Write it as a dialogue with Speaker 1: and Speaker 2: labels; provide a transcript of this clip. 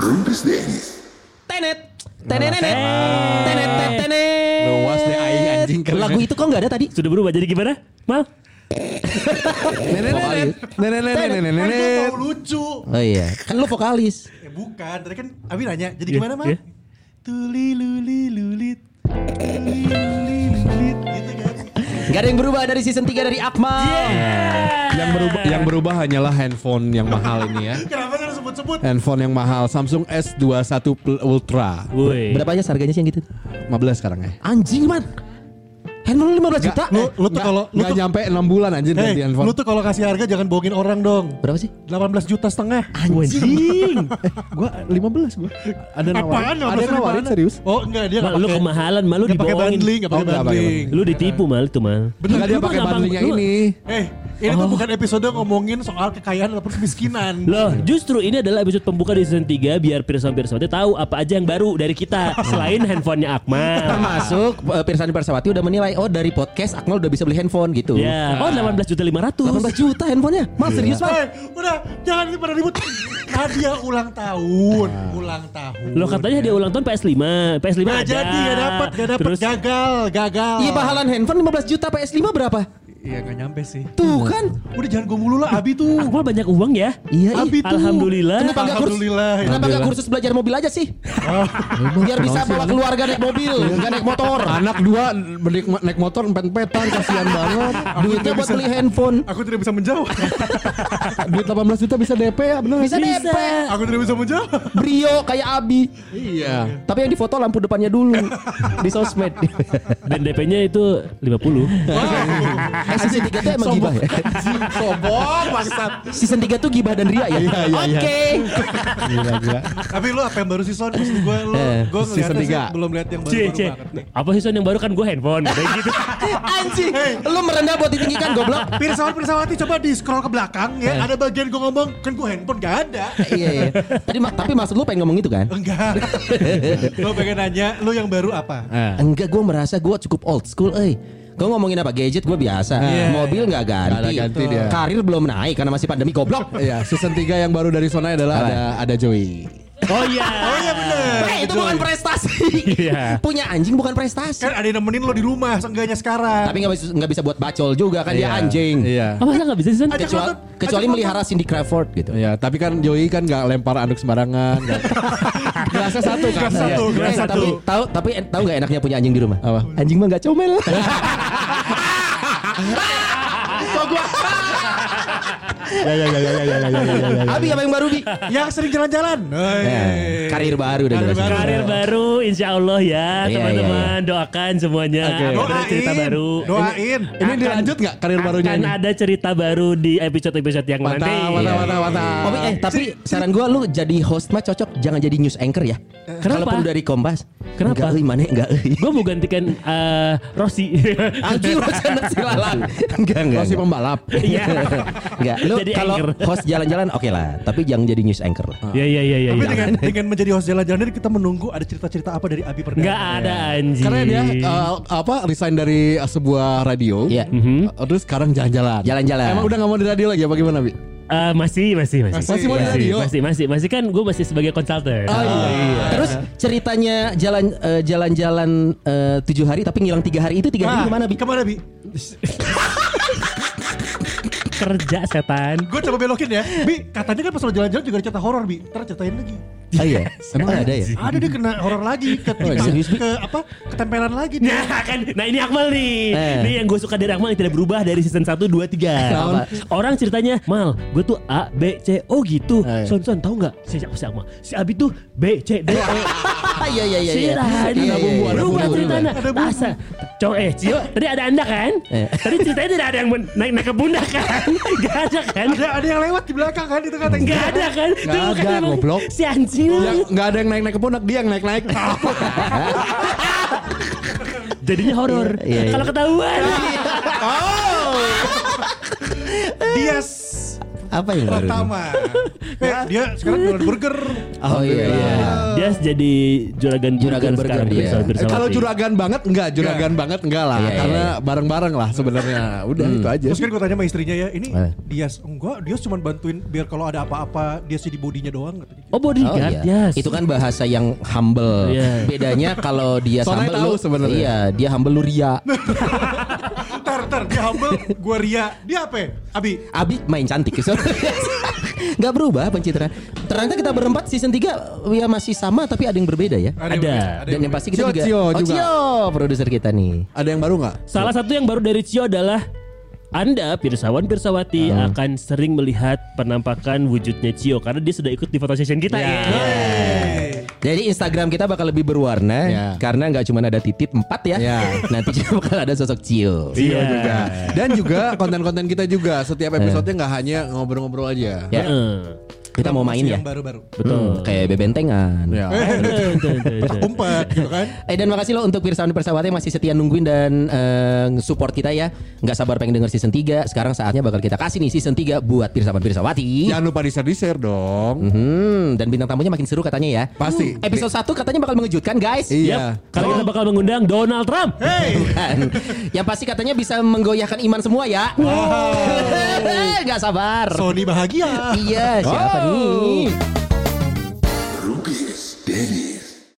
Speaker 1: habis deh.
Speaker 2: Tenet. Tenet, tenet, tenet, tenet, tenet.
Speaker 3: Luas deh, aing, anjing, keren.
Speaker 2: Lagu itu kok nggak ada tadi?
Speaker 4: Sudah berubah jadi gimana? Mal?
Speaker 3: Nenek, nenek, nenek, nenek, nenek,
Speaker 5: Kan
Speaker 3: nenek.
Speaker 5: gua tahu lucu.
Speaker 2: Oh iya, kan lu vokalis.
Speaker 5: Eh bukan, tadi kan Abi nanya, jadi
Speaker 4: Iya,
Speaker 5: gimana mah?
Speaker 4: iya.
Speaker 5: Tuli luli lulit, tuli luli lulit, gitu kan.
Speaker 2: Gak ada yang berubah dari season 3 dari Akmal.
Speaker 3: Yang berubah yang berubah hanyalah handphone yang mahal ini ya.
Speaker 5: Kenapa harus sebut-sebut?
Speaker 3: Handphone yang mahal Samsung S21 Pl- Ultra.
Speaker 4: Woi.
Speaker 2: Berapa aja harganya sih yang gitu?
Speaker 3: 15 sekarang ya.
Speaker 2: Anjing man. Handphone lu 15 juta. eh.
Speaker 5: Lu, lu tuh
Speaker 3: Nggak-
Speaker 5: kalau lu
Speaker 3: nggak
Speaker 5: tuh,
Speaker 3: nyampe 6 bulan anjir
Speaker 5: Hey,
Speaker 3: ganti handphone.
Speaker 5: lu tuh kalau kasih harga jangan bohongin orang dong.
Speaker 2: Berapa sih?
Speaker 5: 18 juta setengah.
Speaker 4: Anjing.
Speaker 3: Gua 15 gua. Ada nawaran. Ada
Speaker 5: 15
Speaker 3: nawaran
Speaker 5: gimana?
Speaker 3: serius.
Speaker 5: Oh enggak dia
Speaker 4: Mal, lu
Speaker 5: pakai-
Speaker 4: kemahalan, mal lu
Speaker 5: nggak pakai
Speaker 4: dibohongin.
Speaker 5: bundling, nggak pakai
Speaker 3: Oh, nggak pakai
Speaker 5: bundling.
Speaker 4: Lu ditipu mal itu mal.
Speaker 3: Enggak dia
Speaker 4: Lu mah
Speaker 3: pakai
Speaker 4: gampang-
Speaker 3: bundling yang
Speaker 4: lu-
Speaker 3: ini.
Speaker 5: Eh, ini
Speaker 3: Oh.
Speaker 5: tuh bukan episode ngomongin soal kekayaan ataupun kemiskinan.
Speaker 4: Loh, justru ini adalah episode pembuka di season 3 biar pirsawan-pirsawannya tahu apa aja yang baru dari kita selain handphonenya Akmal.
Speaker 2: Termasuk eh, Pirsani Persawati udah menilai oh dari podcast Akmal udah bisa beli handphone gitu.
Speaker 4: Ya, oh 18 juta
Speaker 2: 18 juta handphonenya. Mal serius
Speaker 5: Eh,
Speaker 2: man.
Speaker 5: udah jangan pada ribut. Nadia ulang tahun,
Speaker 3: Nah.
Speaker 5: ulang tahun.
Speaker 4: Lo katanya dia ulang tahun PS5, PS5
Speaker 5: Nah,
Speaker 4: ada.
Speaker 5: jadi gak dapat, gak dapat
Speaker 4: Terus
Speaker 5: gagal, gagal.
Speaker 2: Iya pahalan handphone 15 juta PS5 berapa?
Speaker 5: Iya gak nyampe sih.
Speaker 2: Tuh kan.
Speaker 5: Udah jangan gue mulu lah Abi tuh.
Speaker 4: Akmal banyak uang ya.
Speaker 2: Iya, iya.
Speaker 5: Abi tuh.
Speaker 4: Alhamdulillah. iya.
Speaker 2: Kenapa nggak kursus?
Speaker 5: Alhamdulillah.
Speaker 2: Kenapa nggak kursus belajar mobil aja sih? Biar bisa
Speaker 3: ya.
Speaker 2: bawa keluarga naik mobil,
Speaker 3: Iya.
Speaker 2: nggak naik motor.
Speaker 3: Anak dua naik, naik motor empet-empetan kasihan banget.
Speaker 2: Duitnya buat beli handphone.
Speaker 5: Aku tidak bisa menjawab.
Speaker 3: Duit 18 juta bisa DP ya bener
Speaker 2: Bisa
Speaker 4: Bisa.
Speaker 2: DP.
Speaker 5: Aku tidak bisa menjawab.
Speaker 2: Brio kayak Abi.
Speaker 3: Iya.
Speaker 2: Tapi yang difoto lampu depannya dulu di sosmed.
Speaker 4: Dan DP-nya itu 50.
Speaker 2: Eh, season 3 tuh emang gibah ya.
Speaker 4: Oh,
Speaker 5: Sobong maksat.
Speaker 2: Season 3 tuh gibah dan ria ya.
Speaker 3: Iya, iya, iya.
Speaker 2: Oke.
Speaker 3: Gila gila.
Speaker 5: Tapi lu apa yang baru sih Son? Maksud gue lu,
Speaker 2: Eh,
Speaker 5: gue
Speaker 3: season
Speaker 5: ngeliatnya sih
Speaker 3: tiga.
Speaker 5: belum lihat yang
Speaker 4: Cie,
Speaker 5: baru-baru
Speaker 4: cie.
Speaker 5: banget nih.
Speaker 4: Apa sih Son yang baru kan gue handphone kayak gitu.
Speaker 2: Anjing, lu merendah buat ditinggikan goblok.
Speaker 5: Pirsawan Pirsawati coba di scroll ke belakang ya. Ada bagian gue ngomong kan gue handphone gak ada.
Speaker 2: Eh. Iya, iya. Tadi ma- tapi maksud lu pengen ngomong itu kan?
Speaker 5: Enggak. lu pengen nanya lu yang baru apa?
Speaker 3: Ah.
Speaker 2: Enggak, gue merasa gue cukup old school, eh. Gue ngomongin apa? Gadget gue biasa. Mobil nggak
Speaker 3: Iya, Nggak
Speaker 2: ganti.
Speaker 3: ada ganti dia.
Speaker 2: Karir belum naik karena masih pandemi goblok.
Speaker 3: Iya, season 3 yang baru dari Sona adalah ada ada Joey.
Speaker 4: Oh iya.
Speaker 5: Oh iya bener.
Speaker 2: Eh, itu bukan prestasi.
Speaker 4: Iya.
Speaker 2: Punya anjing bukan prestasi.
Speaker 5: Kan ada yang nemenin lo di rumah seenggaknya sekarang.
Speaker 2: Tapi nggak bisa nggak bisa buat bacol juga kan dia
Speaker 3: Iya.
Speaker 2: anjing.
Speaker 3: Iya.
Speaker 4: Oh, masa gak bisa sih Son?
Speaker 5: Ajak
Speaker 2: Kecuali,
Speaker 5: nonton,
Speaker 2: kecuali
Speaker 5: ajak
Speaker 2: melihara Cindy Crawford gitu.
Speaker 3: Iya, tapi kan Joey kan nggak lempar anduk sembarangan. nggak- Gelasnya satu kan.
Speaker 5: Gelas satu,
Speaker 3: Iya.
Speaker 5: gelas
Speaker 2: Eh,
Speaker 5: satu.
Speaker 2: Tapi tahu tapi en- tahu nggak enaknya punya anjing di rumah?
Speaker 3: Apa?
Speaker 2: Anjing mah nggak comel.
Speaker 3: Ya ya ya ya ya ya ya ya, ya.
Speaker 2: Abi apa yang baru bi?
Speaker 5: Yang sering jalan-jalan.
Speaker 2: Eh, karir baru udah
Speaker 5: Karir
Speaker 2: jelas.
Speaker 5: baru.
Speaker 4: Karir baru insya Allah ya
Speaker 2: Iya,
Speaker 4: teman-teman doakan semuanya
Speaker 3: Oke.
Speaker 4: akan ada
Speaker 5: Doain.
Speaker 4: cerita baru
Speaker 5: Doain.
Speaker 3: Ini dilanjut nggak karir barunya
Speaker 4: akan
Speaker 3: ini?
Speaker 4: ada cerita baru di episode-episode yang nanti
Speaker 3: Mantap, mantap, mantap, mantap.
Speaker 2: Oh, Bi, eh tapi saran gua lu jadi host mah cocok jangan jadi news anchor ya.
Speaker 4: Kenapa?
Speaker 2: Kalaupun dari Kompas.
Speaker 4: Kenapa?
Speaker 2: Enggak euy maneh enggak euy.
Speaker 4: gue mau gantikan eh, Rossi
Speaker 2: Angki Rosana Silalang. Enggak enggak.
Speaker 3: Masih
Speaker 2: enggak.
Speaker 3: pembalap.
Speaker 4: Iya.
Speaker 2: Enggak, lu
Speaker 4: Jadi
Speaker 2: kalau
Speaker 4: anchor.
Speaker 2: host jalan-jalan oke lah, tapi jangan jadi news anchor lah.
Speaker 4: ya ya ya ya
Speaker 2: Iya.
Speaker 5: Tapi
Speaker 4: ya
Speaker 5: dengan dengan menjadi host jalan-jalan kita menunggu ada cerita-cerita apa dari Abi Perdana.
Speaker 4: nggak ada anjing
Speaker 3: Karena dia eh, apa resign dari eh, sebuah radio.
Speaker 2: Iya.
Speaker 3: Eh, Terus sekarang jalan-jalan.
Speaker 2: Jalan-jalan.
Speaker 3: Emang udah nggak mau di radio lagi apa gimana, Bi?
Speaker 4: Eh, masih masih masih
Speaker 3: Masih mau di radio? Ah, iya.
Speaker 4: masih masih masih kan gue masih sebagai konsultan
Speaker 2: Ah, iya. Terus ceritanya jalan eh, jalan-jalan eh, tujuh hari tapi ngilang tiga hari itu tiga hari
Speaker 5: Nah,
Speaker 2: kemana bi?
Speaker 5: Kemana Bi?
Speaker 4: kerja setan
Speaker 5: Gue coba belokin ya. Bi, katanya kan pas lo jalan-jalan juga ada cerita horor Bi. Ntar ceritain lagi.
Speaker 2: Oh iya, emang ada ya?
Speaker 5: Ada dia kena horor lagi ke,
Speaker 2: Oh, iya. serius, Bi?
Speaker 5: ke apa? Ketempelan lagi dia.
Speaker 4: Nah, kan, nah ini Akmal nih.
Speaker 2: Eh.
Speaker 4: Ini yang gue suka dari Akmal yang tidak berubah dari season 1, 2, 3.
Speaker 2: Apa?
Speaker 4: Orang ceritanya, Mal, gue tuh A, B, C, O gitu.
Speaker 3: Eh.
Speaker 4: Son, son, tau gak? Si, si Akmal. Si Abi tuh B, C, D, E.
Speaker 2: Iya iya iya.
Speaker 4: Si
Speaker 2: iya.
Speaker 4: Rani.
Speaker 2: Iya, iya, iya.
Speaker 4: Berubah ceritanya.
Speaker 5: Ada bumbu.
Speaker 4: Asa. Cowok, eh, Cio, tadi ada anda kan?
Speaker 2: Eh.
Speaker 4: Tadi ceritanya tidak ada yang men- naik, naik ke pundak kan? Gak ada kan?
Speaker 5: Ada ada yang lewat di belakang kan itu katanya.
Speaker 4: Gak ada kan?
Speaker 3: Nggak
Speaker 4: Tuh, kan
Speaker 3: ada,
Speaker 4: emang
Speaker 3: goblok.
Speaker 4: Si anjing.
Speaker 2: Iya.
Speaker 3: Yang Ya, nggak ada yang naik-naik ke pundak, dia yang naik-naik.
Speaker 4: Jadinya horor.
Speaker 2: Iya, iya.
Speaker 4: Kalau ketahuan.
Speaker 5: Dia
Speaker 2: Apa yang baru?
Speaker 5: Pertama. Eh, dia sekarang jualan burger.
Speaker 2: Oh iya iya.
Speaker 4: Dia jadi juragan
Speaker 2: Juragan burger,
Speaker 4: sekarang
Speaker 2: iya.
Speaker 4: bersama bersama.
Speaker 3: Kalau
Speaker 4: Ting.
Speaker 3: juragan banget enggak, juragan banget enggak lah,
Speaker 2: Iya, iya,
Speaker 3: karena
Speaker 2: iya. Hmm.
Speaker 3: bareng-bareng lah sebenarnya. Udah itu aja.
Speaker 5: Terus kan gue tanya sama istrinya ya, ini
Speaker 2: Eh.
Speaker 5: Dias enggak, Dias cuma bantuin biar kalau ada apa-apa dia sih di bodinya doang katanya.
Speaker 4: Oh bodyguard, yes.
Speaker 2: Itu kan bahasa yang humble.
Speaker 4: Iya.
Speaker 2: Bedanya kalau dia
Speaker 3: Soalnya
Speaker 2: humble
Speaker 3: tahu
Speaker 2: lu-
Speaker 3: sebenarnya.
Speaker 2: Iya, dia humble lu ria.
Speaker 5: Ntar, ntar, dia humble, gue ria. Dia apa ya? Abi,
Speaker 2: Abi main cantik Gak berubah pencitraan. Ternyata kita berempat season 3 ya masih sama tapi ada yang berbeda ya.
Speaker 5: yang
Speaker 4: Ada.
Speaker 5: berbeda, ada
Speaker 2: Dan yang
Speaker 5: berbeda.
Speaker 2: pasti kita
Speaker 3: Cio,
Speaker 2: juga Oh,
Speaker 3: Cio juga.
Speaker 2: Cio produser kita nih.
Speaker 3: Ada yang baru nggak?
Speaker 4: Salah satu yang baru dari Cio adalah anda, Pirsawan Pirsawati, akan sering melihat penampakan wujudnya Cio karena dia sudah ikut di foto session kita.
Speaker 3: Ya.
Speaker 2: Jadi Instagram kita bakal lebih berwarna
Speaker 3: Ya.
Speaker 2: karena nggak cuma ada titit 4 ya.
Speaker 3: Ya.
Speaker 2: Nanti juga bakal ada sosok Cio.
Speaker 4: Cio
Speaker 3: Iya juga. Dan juga konten-konten kita
Speaker 2: Iya.
Speaker 3: juga setiap episodenya nggak hanya ngobrol-ngobrol aja.
Speaker 2: Ya. Kita mau main ya.
Speaker 5: Yang baru-baru.
Speaker 4: Betul.
Speaker 2: Hmm, kayak bebentengan.
Speaker 3: Ya.
Speaker 5: Petak umpet gitu kan.
Speaker 2: Eh dan makasih lo untuk Pirsawan Persawatnya masih setia nungguin dan eh, support kita ya. Nggak sabar pengen denger season 3. Sekarang saatnya bakal kita kasih nih season 3 buat Anu Pirsawan Pirsawati.
Speaker 3: Jangan lupa di-share di-share dong.
Speaker 2: Hmm, dan bintang tamunya makin seru katanya ya.
Speaker 3: Pasti.
Speaker 2: Hmm, episode 1 katanya bakal mengejutkan guys.
Speaker 3: Iya.
Speaker 4: Yap, karena kita bakal mengundang Donald Trump.
Speaker 2: Dan Kan? yang pasti katanya bisa menggoyahkan iman semua ya. Nggak sabar.
Speaker 5: Sony bahagia.
Speaker 2: Iya, siapa nih?